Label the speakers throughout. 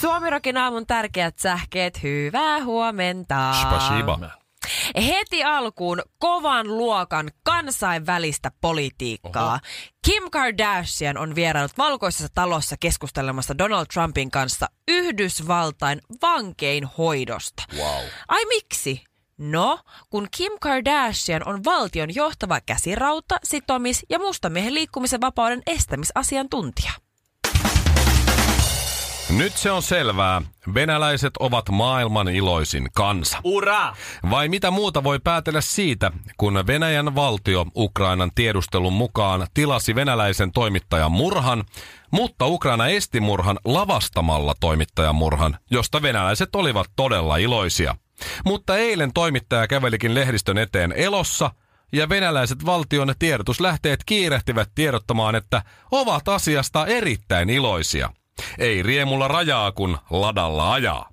Speaker 1: Suomirokin aamun tärkeät sähkeet, hyvää huomenta.
Speaker 2: Spasiba.
Speaker 1: Heti alkuun kovan luokan kansainvälistä politiikkaa. Oho. Kim Kardashian on vieraillut valkoisessa talossa keskustelemassa Donald Trumpin kanssa Yhdysvaltain vankein hoidosta.
Speaker 2: Wow.
Speaker 1: Ai miksi? No, kun Kim Kardashian on valtion johtava käsirauta, sitomis- ja mustamiehen liikkumisen vapauden estämisasiantuntija.
Speaker 2: Nyt se on selvää. Venäläiset ovat maailman iloisin kansa.
Speaker 3: Ura!
Speaker 2: Vai mitä muuta voi päätellä siitä, kun Venäjän valtio Ukrainan tiedustelun mukaan tilasi venäläisen toimittajan murhan, mutta Ukraina esti murhan lavastamalla toimittajan murhan, josta venäläiset olivat todella iloisia. Mutta eilen toimittaja kävelikin lehdistön eteen elossa ja venäläiset valtion tiedotuslähteet kiirehtivät tiedottamaan, että ovat asiasta erittäin iloisia – ei riemulla rajaa, kun ladalla ajaa.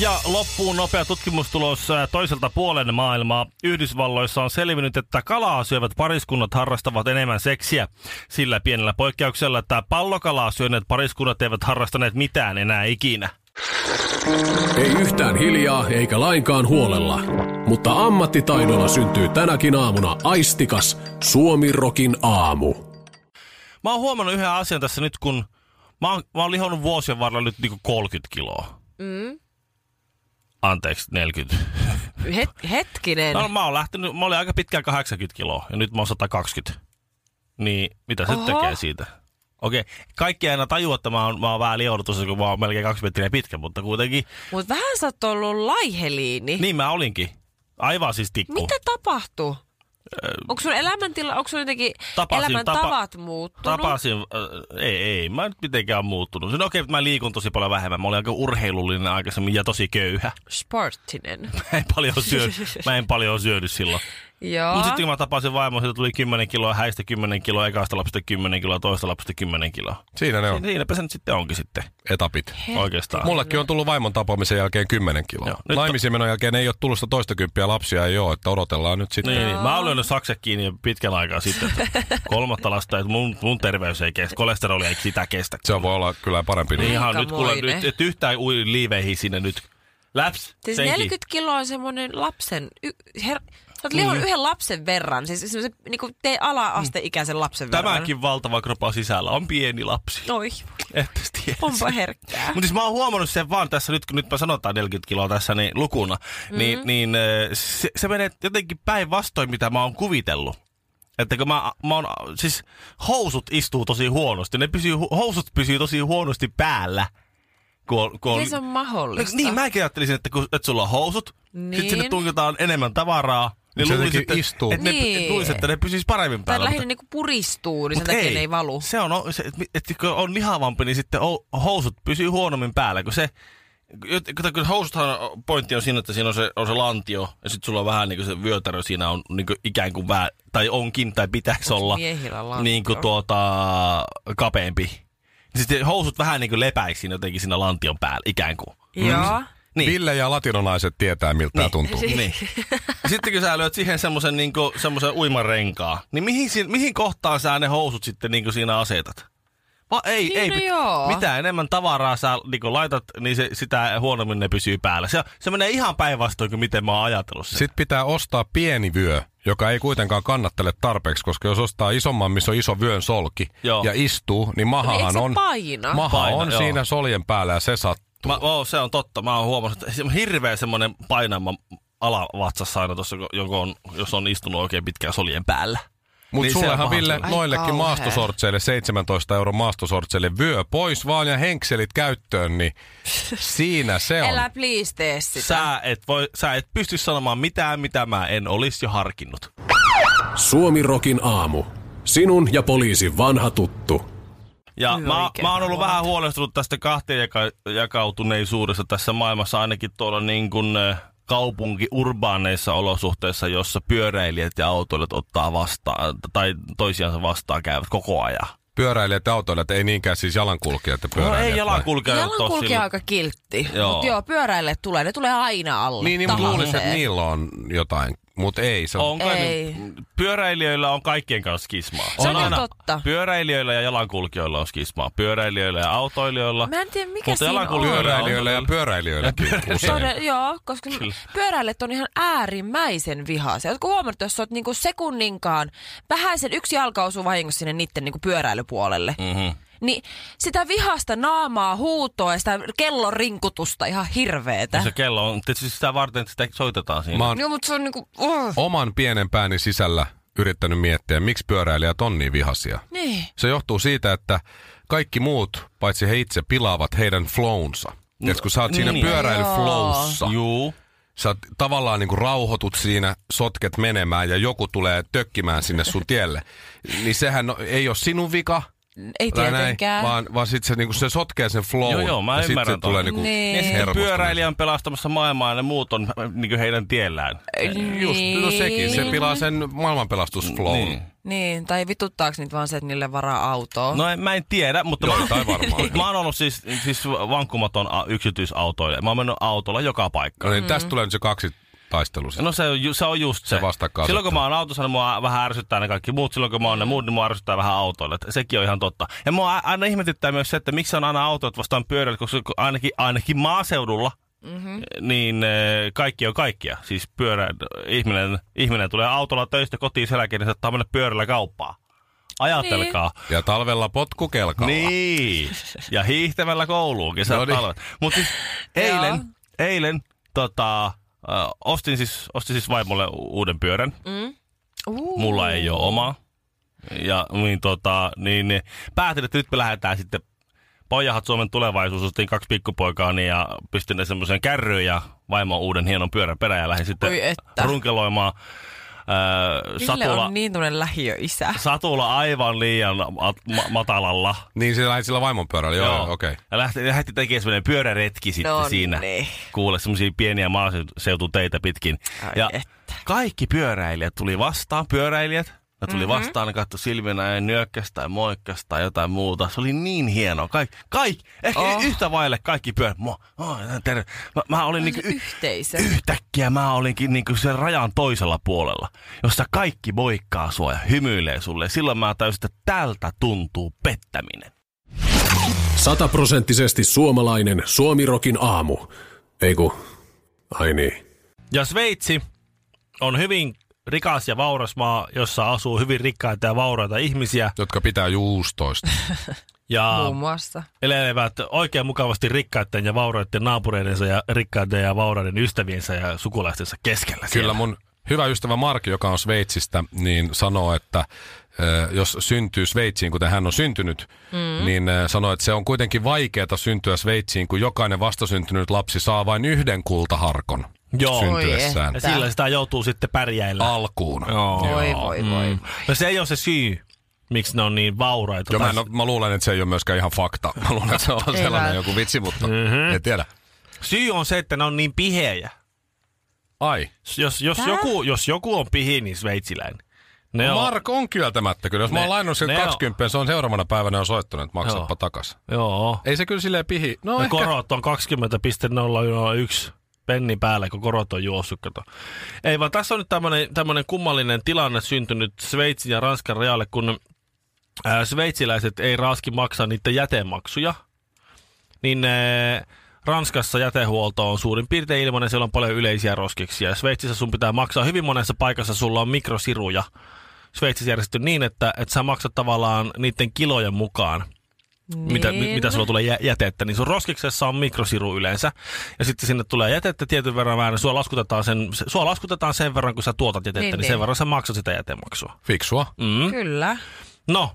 Speaker 3: Ja loppuun nopea tutkimustulos ää, toiselta puolen maailmaa. Yhdysvalloissa on selvinnyt, että kalaa syövät pariskunnat harrastavat enemmän seksiä. Sillä pienellä poikkeuksella, että pallokalaa syöneet pariskunnat eivät harrastaneet mitään enää ikinä.
Speaker 4: Ei yhtään hiljaa eikä lainkaan huolella, mutta ammattitaidolla syntyy tänäkin aamuna aistikas Suomirokin aamu.
Speaker 3: Mä oon huomannut yhden asian tässä nyt, kun mä oon, mä oon lihonnut vuosien varrella nyt niinku 30 kiloa.
Speaker 1: Mm.
Speaker 3: Anteeksi, 40.
Speaker 1: Het- hetkinen.
Speaker 3: No, mä oon lähtenyt, mä olin aika pitkään 80 kiloa ja nyt mä oon 120. Niin mitä se
Speaker 1: Oho.
Speaker 3: tekee siitä? Okei, kaikki ei aina tajua, että mä oon, mä oon vähän lihonnut tuossa, kun mä oon melkein kaksi metriä pitkä, mutta kuitenkin.
Speaker 1: Mutta vähän sä oot ollut laiheliini.
Speaker 3: Niin mä olinkin. Aivan siis tikku.
Speaker 1: Mitä tapahtuu? Onko sun elämäntila, onko sun jotenkin
Speaker 3: Tapasin,
Speaker 1: elämäntavat muuttunut?
Speaker 3: Tapasin, äh, ei, ei, mä en nyt mitenkään muuttunut. No okei, mä liikun tosi paljon vähemmän. Mä olin aika urheilullinen aikaisemmin ja tosi köyhä.
Speaker 1: Sporttinen.
Speaker 3: Mä en paljon syö, mä en paljon syödy silloin.
Speaker 1: Joo.
Speaker 3: Mutta sitten kun mä tapasin vaimon, sieltä tuli 10 kiloa, häistä 10 kiloa, ekasta lapsesta 10 kiloa, toista lapsesta 10 kiloa.
Speaker 2: Siinä ne on,
Speaker 3: Siin- Siinäpä se nyt sitten onkin sitten,
Speaker 2: etapit.
Speaker 3: oikeastaan.
Speaker 2: Mullekin on tullut vaimon tapaamisen jälkeen 10 kiloa.
Speaker 3: Joo, nyt on-
Speaker 2: Naimisimenon jälkeen ei ole tullut sitä toista kymppiä lapsia, ei ole, että odotellaan nyt sitten.
Speaker 3: Niin, niin, mä oon lyönyt sakset kiinni jo pitkän aikaa sitten. että Kolmatta lasta, että mun, mun terveys ei kestä, kolesteroli ei sitä kestä.
Speaker 2: Se voi olla kyllä parempi.
Speaker 3: Niin
Speaker 2: Niin.
Speaker 3: ihan nyt kuule,
Speaker 1: Aikamoinen.
Speaker 3: nyt, et yhtään ui liiveihin sinne nyt. Läps,
Speaker 1: Siis
Speaker 3: senkin.
Speaker 1: 40 kiloa on semmoinen lapsen... Y, her, sä
Speaker 3: Mm.
Speaker 1: oot lihon yhden lapsen verran, siis semmoisen niin kuin te ala-asteikäisen lapsen verran.
Speaker 3: Tämäkin valtava kropa sisällä on pieni lapsi.
Speaker 1: Oi,
Speaker 3: Ette tiedä.
Speaker 1: onpa herkkää.
Speaker 3: Mutta siis mä oon huomannut sen vaan tässä nyt, kun nyt mä sanotaan 40 kiloa tässä niin lukuna,
Speaker 1: Mm-hmm.
Speaker 3: niin, niin ö, se, se menee jotenkin päinvastoin, mitä mä oon kuvitellut. Että kun mä, mä oon, siis housut istuu tosi huonosti, ne pysyy, housut pysyy tosi huonosti päällä. Kun on, kun on,
Speaker 1: Miten se on mahdollista?
Speaker 3: niin mäkin ajattelisin, että, kun, että sulla on housut, niin.
Speaker 1: Niin.
Speaker 3: sitten sinne tunketaan enemmän tavaraa, niin
Speaker 2: Se
Speaker 3: luulisin,
Speaker 2: jotenkin
Speaker 3: että,
Speaker 2: istuu.
Speaker 3: että,
Speaker 1: Niin.
Speaker 3: ne, luulisin, että ne pysyis paremmin
Speaker 1: Tai
Speaker 3: päällä.
Speaker 1: lähinnä
Speaker 3: mutta-
Speaker 1: niinku puristuu, niin sen
Speaker 3: Mut
Speaker 1: takia ne ei valu.
Speaker 3: Se on, o- se, että et, kun on lihavampi, niin sitten ou- housut pysyy huonommin päällä, kun se... jot- Kun, kun housuthan on- pointti on siinä, että siinä on se, on se lantio, ja sitten sulla on vähän niin kuin se vyötärö siinä on niin kuin ikään kuin vää, tai onkin, tai pitäisi
Speaker 1: Onks
Speaker 3: olla
Speaker 1: miehillä lantio?
Speaker 3: niin kuin tuota, kapeampi. Sitten housut vähän niin kuin lepäiksi siinä jotenkin siinä lantion päällä, ikään kuin.
Speaker 1: Joo.
Speaker 3: Niin.
Speaker 2: Ville ja latinonaiset tietää, miltä niin. tämä tuntuu.
Speaker 3: Niin. Ja sitten kun sä lyöt siihen semmoisen niin semmoisen uiman renkaa, niin mihin, si- mihin kohtaan sä ne housut sitten niin siinä asetat? Va, ei,
Speaker 1: Niin,
Speaker 3: ei,
Speaker 1: no
Speaker 3: pit-
Speaker 1: joo.
Speaker 3: mitä enemmän tavaraa sä niin laitat, niin se, sitä huonommin ne pysyy päällä. Se, se menee ihan päinvastoin kuin miten mä oon ajatellut sen.
Speaker 2: Sitten pitää ostaa pieni vyö, joka ei kuitenkaan kannattele tarpeeksi, koska jos ostaa isomman, missä on iso vyön solki
Speaker 3: Joo.
Speaker 2: ja istuu, niin
Speaker 1: Niin eikö
Speaker 2: mahahan
Speaker 1: se
Speaker 2: on,
Speaker 1: paina?
Speaker 2: maha
Speaker 3: Paina,
Speaker 2: on
Speaker 3: joo.
Speaker 2: siinä soljen päällä ja se sattuu.
Speaker 3: Mä, oo, se on totta, mä oon huomannut, että se on hirveä semmoinen painama alavatsassa aina tuossa, kun- joka on, jos on istunut oikein pitkään soljen päällä.
Speaker 2: Mutta
Speaker 3: Niin
Speaker 2: niin
Speaker 3: se on
Speaker 2: sullehan
Speaker 3: paha
Speaker 2: Ville
Speaker 3: tilanne.
Speaker 1: Ai
Speaker 2: noillekin
Speaker 1: kauhea.
Speaker 2: maastosortseille 17 euron maastosortseille vyö pois vaan ja henkselit käyttöön, niin siinä se on.
Speaker 1: Älä please tee sitä.
Speaker 3: Sä et, voi, sä et pysty sanomaan mitään, mitä mä en olisi jo harkinnut.
Speaker 4: Suomirokin aamu. Sinun ja poliisin vanha tuttu.
Speaker 3: Ja
Speaker 1: Hyvä
Speaker 3: mä,
Speaker 1: oikein
Speaker 3: mä oon ollut
Speaker 1: huomenta.
Speaker 3: vähän huolestunut tästä kahteen jaka- jakautuneisuudessa tässä maailmassa, ainakin tuolla niin kuin kaupunki urbaaneissa olosuhteissa, jossa pyöräilijät ja autoilijat ottaa vastaan, tai toisiansa vastaan käyvät koko ajan.
Speaker 2: Pyöräilijät ja autoilijat, ei niinkään siis jalankulkijat ja
Speaker 3: No
Speaker 2: pyöräilijät.
Speaker 3: ei
Speaker 2: vai?
Speaker 3: jalankulkijat ole
Speaker 1: Jalankulkija on aika kiltti,
Speaker 3: Joo.
Speaker 1: mutta joo, pyöräille tulee, ne tulee aina alle.
Speaker 2: Niin, niin mutta luulisin, että
Speaker 1: tahalleen.
Speaker 2: niillä on jotain, mutta ei se on.
Speaker 3: On kai
Speaker 1: Ei.
Speaker 3: nyt- Pyöräilijöillä on kaikkien kanssa skismaa.
Speaker 1: Se on ihan totta.
Speaker 3: Pyöräilijöillä ja jalankulkijoilla on skismaa. Pyöräilijöillä ja autoilijoilla.
Speaker 1: Mä en tiedä, mikä
Speaker 3: Mutta
Speaker 1: siinä
Speaker 3: jalankulkijoilla-
Speaker 1: on.
Speaker 2: Pyöräilijöillä ja pyöräilijöilläkin usein.
Speaker 1: Todella, joo, koska
Speaker 3: Kyllä.
Speaker 1: pyöräilijät on ihan äärimmäisen vihaisia. Oletko huomannut, jos sä oot niinku sekunninkaan, vähäisen yksi jalka osuu vahingossa sinne niiden niinku pyöräilypuolelle,
Speaker 3: Mhm.
Speaker 1: niin sitä vihasta naamaa, huutoa ja sitä kellon rinkutusta ihan hirveetä.
Speaker 3: Ja No Se kello on tietysti sitä varten, että sitä soitetaan siinä.
Speaker 2: Mä oon
Speaker 1: Joo, mutta se on niinku... Uh.
Speaker 2: oman pienen pääni sisällä yrittänyt miettiä, miksi pyöräilijät on niin vihaisia.
Speaker 1: Niin.
Speaker 2: Se johtuu siitä, että kaikki muut, paitsi he itse, pilaavat heidän flownsa. No, kun sä oot siinä
Speaker 3: niin.
Speaker 2: niin, pyöräilyflowssa,
Speaker 3: Juu.
Speaker 2: sä oot tavallaan niin kuin rauhoitut siinä, sotket menemään ja joku tulee tökkimään sinne sun tielle. niin sehän on- ei ole sinun vika,
Speaker 1: Ei
Speaker 2: tai
Speaker 1: tietenkään.
Speaker 2: vaan, vaan sit se, niinku, se sotkee sen flow.
Speaker 3: Joo, joo, mä
Speaker 2: ja sit
Speaker 3: ymmärrän
Speaker 2: se tulee
Speaker 3: ton.
Speaker 2: niinku
Speaker 1: Niin.
Speaker 3: Ja sitten
Speaker 2: hermostunut.
Speaker 3: pyöräilijä on pelastamassa maailmaa ja ne muut on niin heidän tiellään.
Speaker 1: Niin.
Speaker 2: Just, no sekin, se pilaa sen maailmanpelastusflown.
Speaker 3: Mm. Niin.
Speaker 2: Niin.
Speaker 1: Niin, tai vituttaako niitä vaan se, että niille varaa autoa?
Speaker 3: No en, mä en tiedä, mutta mä,
Speaker 2: Joitain varmaan,
Speaker 3: mutta
Speaker 2: joo.
Speaker 3: mä oon ollut siis, siis vankkumaton a- yksityisautoilija. Mä oon mennyt autolla joka
Speaker 2: No
Speaker 3: paikkaan.
Speaker 2: niin,
Speaker 1: Mm.
Speaker 2: tästä tulee nyt se kaksi taistelu.
Speaker 3: No se on, ju- se on just se.
Speaker 2: vastakkain
Speaker 3: silloin kun mä oon autossa, niin mua vähän ärsyttää ne kaikki muut. Silloin kun mä oon ne muut, niin mua ärsyttää vähän autoille. Et Sekin on ihan totta. Ja mua a- aina ihmetyttää myös se, että miksi on aina autot vastaan pyöräilyt, koska kun ainakin, ainakin maaseudulla Mm-hmm. Niin eh, kaikki on kaikkia. Siis pyörä, ihminen, ihminen tulee autolla töistä kotiin sen jälkeen, niin saattaa mennä pyörällä kauppaa. Ajatelkaa.
Speaker 2: Ja talvella potkukelkalla.
Speaker 3: No. Niin. Ja hiihtämällä kouluun kesät
Speaker 2: No
Speaker 3: no
Speaker 2: niin.
Speaker 3: niin. Mutta siis
Speaker 1: Joo.
Speaker 3: eilen, eilen tota, ö, ostin, siis, ostin siis vaimolle u- uuden pyörän.
Speaker 1: Mm. Uu.
Speaker 3: Mulla ei ole omaa. Ja niin, tota, niin, niin päätin, että nyt me lähdetään sitten Pojahat Suomen tulevaisuus, ostin kaksi pikkupoikaani ja pistin ne semmoiseen kärryyn ja vaimo on uuden hienon pyörän perään ja lähdin sitten
Speaker 1: Oi että.
Speaker 3: runkeloimaan. Äh,
Speaker 1: Ville
Speaker 3: satula,
Speaker 1: on niin tunnen lähiöisä.
Speaker 3: satula aivan liian mat- ma- matalalla.
Speaker 2: Niin, se lähti sillä vaimon pyörällä. Joo, joo. okei. Okay.
Speaker 3: Ja lähti, lähti tekemään semmoinen pyöräretki sitten
Speaker 1: No
Speaker 3: siinä.
Speaker 1: niin.
Speaker 3: Kuule, semmoisia pieniä maaseututeitä pitkin.
Speaker 1: Ai
Speaker 3: ja
Speaker 1: että.
Speaker 3: kaikki pyöräilijät tuli vastaan, pyöräilijät. Ne tuli
Speaker 1: Mhm.
Speaker 3: mm-hmm. vastaan, ne katsoi silmänä ja nyökkäsi tai moikkasi tai jotain muuta. Se oli niin hienoa. Kaik, kaik, ehkä oh.
Speaker 1: Oh.
Speaker 3: yhtä vaille kaikki pyörät. Moi, oh, terve. Mä, mä olin niinku y-
Speaker 1: Yhteisö.
Speaker 3: yhtäkkiä mä olinkin niinku sen rajan toisella puolella, jossa kaikki moikkaa sua ja hymyilee sulle. Silloin mä täysin, että tältä tuntuu pettäminen.
Speaker 4: Sataprosenttisesti suomalainen Suomirokin aamu. Ei ku, ai niin.
Speaker 5: Ja Sveitsi on hyvin rikas ja vauras maa, jossa asuu hyvin rikkaita ja vauraita ihmisiä
Speaker 2: Jotka pitää juustoista.
Speaker 5: ja
Speaker 1: Muun muassa.
Speaker 5: elevät oikein mukavasti rikkaiden ja vauraiden naapureidensa ja rikkaiden ja vauraiden ystäviensä ja sukulaistensa keskellä.
Speaker 2: Kyllä mun hyvä ystävä Marki, joka on Sveitsistä, niin sanoo, että ö, jos syntyy Sveitsiin, kuten hän on syntynyt, mm. niin ö, sanoo, että se on kuitenkin vaikeaa syntyä Sveitsiin, kun jokainen vastasyntynyt lapsi saa vain yhden kultaharkon
Speaker 5: Joo.
Speaker 2: syntyessään
Speaker 5: Ja sillä sitä joutuu sitten pärjäillä.
Speaker 2: alkuun.
Speaker 1: Voi, voi, voi.
Speaker 5: No se ei ole se syy, miksi ne on niin vauraita.
Speaker 2: Joo, mä,
Speaker 5: Tai-
Speaker 2: en, oo- mä luulen, että se ei ole myöskään ihan fakta. Mä luulen, että se on
Speaker 1: Ei
Speaker 2: sellainen
Speaker 1: vaan.
Speaker 2: joku vitsi, mutta mm-hmm. en tiedä.
Speaker 5: Syy on se, että ne on niin pihejä.
Speaker 2: Ai,
Speaker 5: Jos, jos,
Speaker 1: Tää?
Speaker 5: joku, jos joku on pihi, niin sveitsiläinen. Ne on,
Speaker 2: Mark on kyeltämättä kyllä. Jos mä
Speaker 5: Ne-
Speaker 2: oon lainannut sen
Speaker 5: ne on-
Speaker 2: 20, se on seuraavana päivänä on soittanut, että maksappa
Speaker 5: Joo.
Speaker 2: takas.
Speaker 5: joo.
Speaker 2: Ei se kyllä silleen pihi. No,
Speaker 5: No
Speaker 2: ehkä.
Speaker 5: korot on 20,001 penni päälle, kun korot on juossut. Kato. Ei vaan tässä on nyt tämmönen, tämmönen kummallinen tilanne syntynyt Sveitsin ja Ranskan rajalle, kun ää, sveitsiläiset ei raaski maksaa niitä jätemaksuja. Niin ää, Ranskassa jätehuolto on suurin piirtein ilmainen, siellä on paljon yleisiä roskiksia. Sveitsissä sun pitää maksaa hyvin monessa paikassa, sulla on mikrosiruja. Sveitsissä järjestetty niin, että, että sä maksat tavallaan niiden kilojen mukaan
Speaker 2: Mm.
Speaker 5: mitä, mi-
Speaker 1: Niin.
Speaker 5: mitä sulla tulee jä- jätettä, niin sun roskiksessa on mikrosiru yleensä. Ja sitten sinne tulee jätettä tietyn verran määrä, sua laskutetaan sen, se- sua laskutetaan sen verran, kun sä tuotat jätettä,
Speaker 1: Niin,
Speaker 5: niin, niin
Speaker 1: niin.
Speaker 5: sen verran sä maksat sitä jätemaksua.
Speaker 2: Fiksua.
Speaker 5: Mm.
Speaker 1: Kyllä.
Speaker 5: No,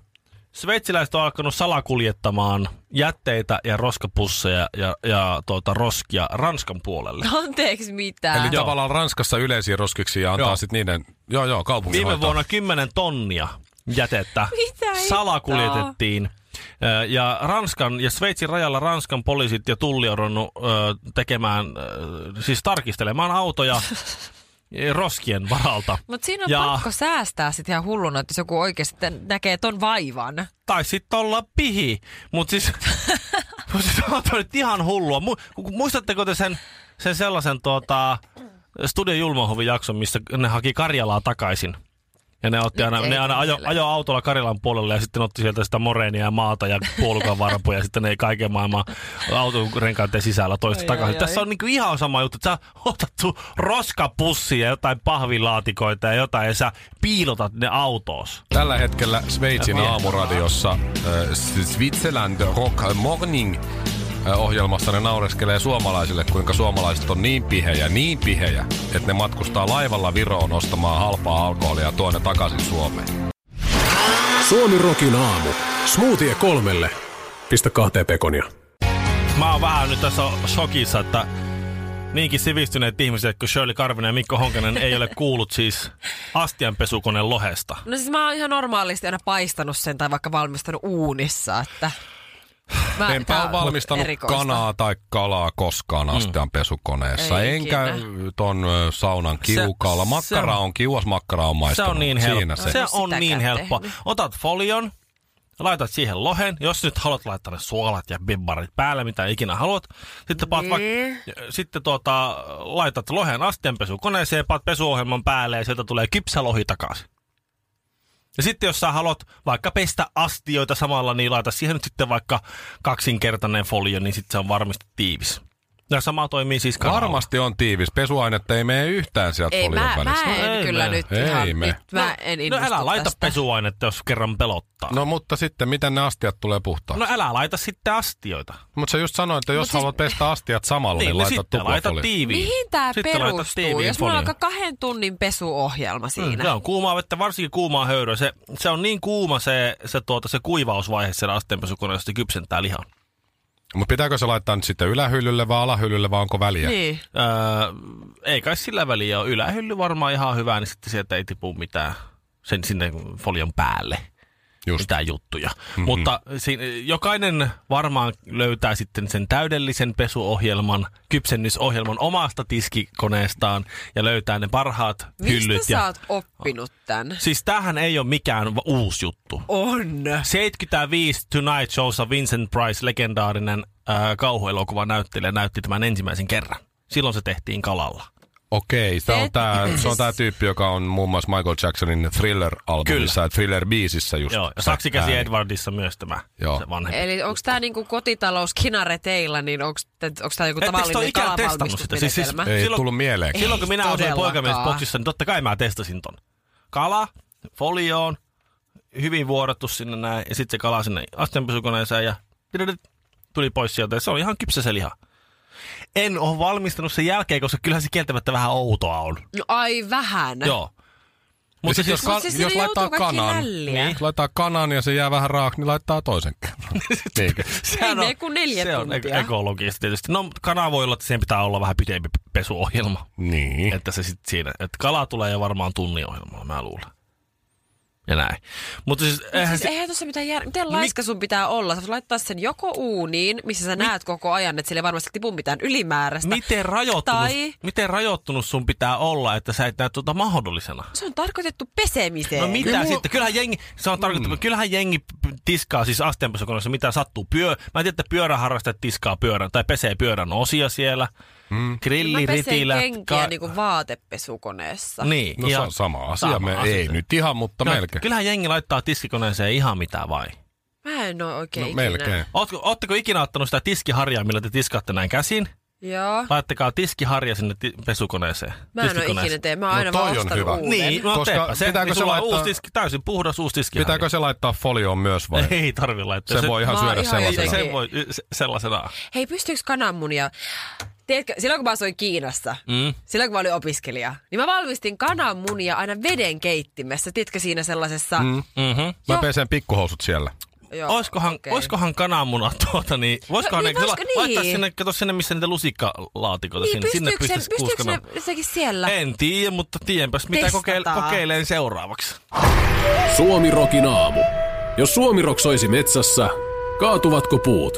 Speaker 5: sveitsiläiset on alkanut salakuljettamaan jätteitä ja roskapusseja ja, ja tuota, roskia Ranskan puolelle.
Speaker 1: Anteeksi mitä.
Speaker 2: Eli
Speaker 1: Eli...
Speaker 5: Joo.
Speaker 2: tavallaan Ranskassa yleisiä roskiksi ja antaa
Speaker 5: Joo.
Speaker 2: sitten niiden, joo joo, kaupungin
Speaker 5: Viime vuonna 10 tonnia jätettä
Speaker 1: Mitä hittoa?
Speaker 5: salakuljetettiin
Speaker 3: Ö, Ja Ranskan ja Sveitsin rajalla Ranskan poliisit ja tulli on ruvennut ö, tekemään, ö, siis tarkistelemaan autoja roskien varalta.
Speaker 1: Mutta siinä on
Speaker 3: Ja-
Speaker 1: ja... pakko säästää sit ihan hulluna, että jos joku oikeasti tän- näkee ton vaivan.
Speaker 3: tai sitten olla pihi. Mutta siis, mut siis on toi nyt ihan hullua. Mu- ku- muistatteko te sen, sen sellaisen tuota, Studio Julmahovin jakson, missä ne haki Karjalaa takaisin? Ja ne, otti aina,
Speaker 6: ei
Speaker 3: ne aina ajo,
Speaker 6: kuuntele.
Speaker 3: ajo, autolla Karjalan puolelle ja sitten otti sieltä sitä moreenia ja maata ja puolukan varpuja ja sitten ne kaiken maailman autorenkaiden sisällä toista takaisin. Tässä on niinku ihan sama juttu, että sä oot otettu roskapussia ja jotain pahvilaatikoita ja jotain ja sä piilotat ne autoos.
Speaker 2: Tällä hetkellä Sveitsin aamuradiossa äh, Switzerland Rock Morning äh, ohjelmassa ne naureskelee suomalaisille, kuinka suomalaiset on niin pihejä, niin pihejä, että ne matkustaa laivalla Viroon ostamaan halpaa alkoholia ja tuo ne takaisin Suomeen.
Speaker 4: Suomi Rokin aamu. Smoothie kolmelle. Pistä kahteen pekonia.
Speaker 3: Mä oon vähän nyt tässä shokissa, että niinkin sivistyneet ihmiset kuin Shirley Karvinen ja Mikko Honkanen ei ole kuullut siis astianpesukoneen lohesta.
Speaker 1: No siis mä oon ihan normaalisti aina paistanut sen tai vaikka valmistanut uunissa, että... Mä,
Speaker 2: Enpä
Speaker 1: tää
Speaker 2: ole
Speaker 1: on
Speaker 2: valmistanut
Speaker 1: erikoista.
Speaker 2: kanaa tai kalaa koskaan astian pesukoneessa.
Speaker 1: Ei
Speaker 2: Enkä
Speaker 1: ikinä.
Speaker 2: ton ö, saunan kiukaalla.
Speaker 3: se
Speaker 2: Makkara
Speaker 3: on-
Speaker 2: on kiuas, makkara on
Speaker 3: Se
Speaker 2: maistunut.
Speaker 3: on niin helppo.
Speaker 2: Siinä
Speaker 3: Se,
Speaker 2: se.
Speaker 3: se
Speaker 1: En oo
Speaker 3: on niin
Speaker 1: sitäkään
Speaker 3: helppo.
Speaker 1: tehnyt.
Speaker 3: Otat folion, laitat siihen lohen, jos nyt haluat laittaa ne suolat ja bibbarit päälle, mitä ikinä haluat. Sitten, paat
Speaker 1: Niin.
Speaker 3: vaikka, sitten tuota, laitat lohen astianpesukoneeseen, paat pesuohjelman päälle ja sieltä tulee kypsä lohi takaisin. Ja sitten jos sä haluat vaikka pestä astioita samalla, niin laita siihen nyt sitten vaikka kaksinkertainen folio, niin sitten se on varmasti tiivis. Ja sama toimii siis kanalla.
Speaker 2: Varmasti on tiivis. Pesuainetta ei mene yhtään sieltä
Speaker 6: Ei,
Speaker 2: folion
Speaker 6: mä,
Speaker 2: välistä.
Speaker 6: mä en
Speaker 3: No ei
Speaker 6: kyllä
Speaker 3: me.
Speaker 6: nyt
Speaker 2: Ei
Speaker 6: ihan,
Speaker 2: me.
Speaker 6: nyt mä en
Speaker 3: No
Speaker 6: innostu
Speaker 3: älä laita
Speaker 6: tästä.
Speaker 3: pesuainetta, jos kerran pelottaa.
Speaker 2: No mutta sitten, miten ne astiat tulee puhtaaksi?
Speaker 3: No älä laita sitten astioita.
Speaker 2: Mutta sä just sanoit, että jos
Speaker 1: siis-
Speaker 2: haluat pestä astiat samalla, niin, niin
Speaker 3: Niin, no
Speaker 2: laita
Speaker 3: sitten laita
Speaker 2: tuplafoliin.
Speaker 3: tiiviin.
Speaker 1: Mihin tää
Speaker 3: Sitten laita
Speaker 1: perustuu,
Speaker 3: tiiviin
Speaker 1: jos mulla on
Speaker 3: folion.
Speaker 1: aika kahden tunnin pesuohjelma siinä?
Speaker 3: Se on kuumaa vettä, varsinkin kuumaa höyryä. Se, se on niin kuuma se, se, tuota, se kuivausvaihe siellä asteenpesukoneessa, että se kypsentää lihan.
Speaker 2: Mutta pitääkö se laittaa nyt sitten ylähyllylle vai alahyllylle vai onko väliä?
Speaker 1: Niin.
Speaker 3: Öö, ei kai sillä väliä ole. Ylähylly varmaan ihan hyvä, niin sitten sieltä ei tipu mitään sen sinne folion päälle.
Speaker 2: Just.
Speaker 3: Mitään juttuja. Mm-hmm. Mutta siinä, jokainen varmaan löytää sitten sen täydellisen pesuohjelman, kypsennysohjelman omasta tiskikoneestaan ja löytää ne parhaat hyllyt.
Speaker 6: Mistä sä
Speaker 3: ja...
Speaker 6: oot oppinut tän?
Speaker 3: Siis tämähän ei ole mikään va- uusi juttu.
Speaker 6: On.
Speaker 3: 75 Tonight Showssa Vincent Price, legendaarinen äh, kauhuelokuva näyttelijä, näytti tämän ensimmäisen kerran. Silloin se tehtiin kalalla.
Speaker 2: Okei, se on,
Speaker 6: Et- siis-
Speaker 2: tää, se on tää tyyppi, joka on muun muassa Michael Jacksonin Thriller-albumissa, Thriller-biisissä just.
Speaker 3: Joo, ja
Speaker 2: se
Speaker 3: Saksikäsi
Speaker 2: ääni.
Speaker 3: Edwardissa myös tämä
Speaker 2: Joo.
Speaker 3: se vanhempi.
Speaker 6: Eli onko tämä niinku kotitalous kinareteillä, niin onko tämä joku
Speaker 3: Ettekö te ole
Speaker 6: tavallinen
Speaker 3: ikinä testannut sitä? Siis, siis,
Speaker 6: kalavalmistusmenetelmä?
Speaker 2: Ei
Speaker 3: silloin-
Speaker 2: silloin, tullut mieleen.
Speaker 3: Silloin kun minä asuin
Speaker 6: todellakaan.
Speaker 3: poikamiesboksissa, niin totta kai mä testasin ton. Kala, folioon, hyvin vuorattu sinne näin, ja sitten se kala sinne astianpesukoneeseen ja tidirit, tuli pois sieltä. Ja se on ihan kypsä se liha. En ole valmistanut sen jälkeen, koska kyllähän se kieltämättä vähän outoa on.
Speaker 6: No, ai vähän.
Speaker 3: Joo.
Speaker 2: Mutta
Speaker 3: Mutta
Speaker 2: sit,
Speaker 3: siis,
Speaker 2: jos,
Speaker 3: jos
Speaker 2: ka-
Speaker 6: siis
Speaker 2: jos
Speaker 6: sinne
Speaker 2: laittaa
Speaker 6: joutuu kaikki
Speaker 2: kanan,
Speaker 6: nälliä.
Speaker 2: niin, laittaa kanan ja se jää vähän raaksi, niin laittaa toisen kerran. Niinkö?
Speaker 3: sehän
Speaker 6: mene kuin neljä
Speaker 3: se on
Speaker 6: tuntia.
Speaker 3: ek- ekologista tietysti. No, kana voi olla, että siihen pitää olla vähän pitempi pesuohjelma.
Speaker 2: niin.
Speaker 3: Että se sitten siinä, että kala tulee jo varmaan tunnin ohjelmaa, mä luulen. Ja näin. Mutta siis, eihän
Speaker 6: Siis
Speaker 3: se, No
Speaker 6: eihän tuossa mitään jär... Miten laiska sun pitää olla? Sä voit laittaa sen joko uuniin, missä sä näet koko ajan, että sillä ei varmasti tipu mitään ylimääräistä.
Speaker 3: miten, rajoittunut,
Speaker 6: Tai-
Speaker 3: miten rajoittunut sun pitää olla, että sä et näe tuota mahdollisena?
Speaker 6: Se on tarkoitettu pesemiseen.
Speaker 3: No mitä sitten? Kyllähän jengi, se on tarkoittava, mm. kyllähän jengi p- tiskaa siis asteenpesukoneessa, mitä sattuu. Pyö, mä en tiedä, että pyöräharrastajat tiskaa pyörän, tai pesee pyörän osia siellä. Mm.
Speaker 6: Mä
Speaker 3: Grilli,
Speaker 6: pesen
Speaker 3: ritilät.
Speaker 6: kenkiä niinku vaatepesukoneessa.
Speaker 3: niin,
Speaker 2: No se
Speaker 3: ja-
Speaker 2: on sama asia.
Speaker 3: sama
Speaker 2: Me,
Speaker 3: asia.
Speaker 2: Ei nyt ihan, mutta
Speaker 3: No,
Speaker 2: melkein.
Speaker 3: Kyllähän jengi laittaa tiskikoneeseen ihan mitä vai.
Speaker 6: Mä en oo oikein
Speaker 2: No,
Speaker 6: ikinä.
Speaker 2: melkein.
Speaker 3: Ootko, ootteko ikinä ottanut sitä tiskiharjaa, millä te tiskaatte näin käsin?
Speaker 6: Joo.
Speaker 3: Laittakaa tiskiharja sinne ti- pesukoneeseen.
Speaker 6: Mä en oo
Speaker 3: tiskikoneeseen.
Speaker 6: ikinä tee. Mä oon
Speaker 2: No
Speaker 6: aina
Speaker 2: toi
Speaker 6: vaan
Speaker 2: on
Speaker 6: ostanut
Speaker 2: hyvä.
Speaker 6: uuden.
Speaker 3: Niin, no
Speaker 2: Koska
Speaker 3: teepä se,
Speaker 2: pitääkö
Speaker 3: niin
Speaker 2: se
Speaker 3: sulla on
Speaker 2: laittaa-
Speaker 3: uusi tiski, täysin puhdas uusi tiskiharja.
Speaker 2: Pitääkö se laittaa folioon myös vai?
Speaker 3: Ei tarvi laittaa.
Speaker 2: Se, voi ihan
Speaker 6: Mä oon
Speaker 2: syödä
Speaker 6: ihan
Speaker 2: sellaisena.
Speaker 6: jotenkin-
Speaker 3: sen voi se- sellaisenaan.
Speaker 6: Hei, pystyykö kananmunia? Tiedätkö, silloin kun mä asuin Kiinassa, mm. silloin kun mä olin opiskelija, niin mä valmistin kananmunia aina veden keittimessä. Tiedätkö siinä sellaisessa... Mm.
Speaker 3: Mm-hmm.
Speaker 2: Mä pesen pikkuhousut siellä.
Speaker 6: Joo,
Speaker 3: Oiskohan, okay. oiskohan kananmunat tuota, niin voisikohan
Speaker 6: No,
Speaker 3: ne
Speaker 6: niin, voisiko
Speaker 3: la- laittaa
Speaker 6: niin?
Speaker 3: sinne, kato sinne missä niitä lusikkalaatikoita
Speaker 6: Niin,
Speaker 3: sinne, sinne
Speaker 6: pystyykö, se,
Speaker 3: pystyisi
Speaker 6: pystyykö
Speaker 3: kuuskamaan.
Speaker 6: ne sekin siellä?
Speaker 3: En tiedä, mutta tiedänpäs mitä kokeil-
Speaker 6: Testataan.
Speaker 3: kokeilen seuraavaksi.
Speaker 4: Suomi Rokin aamu. Jos Suomi roksoisi metsässä, kaatuvatko puut?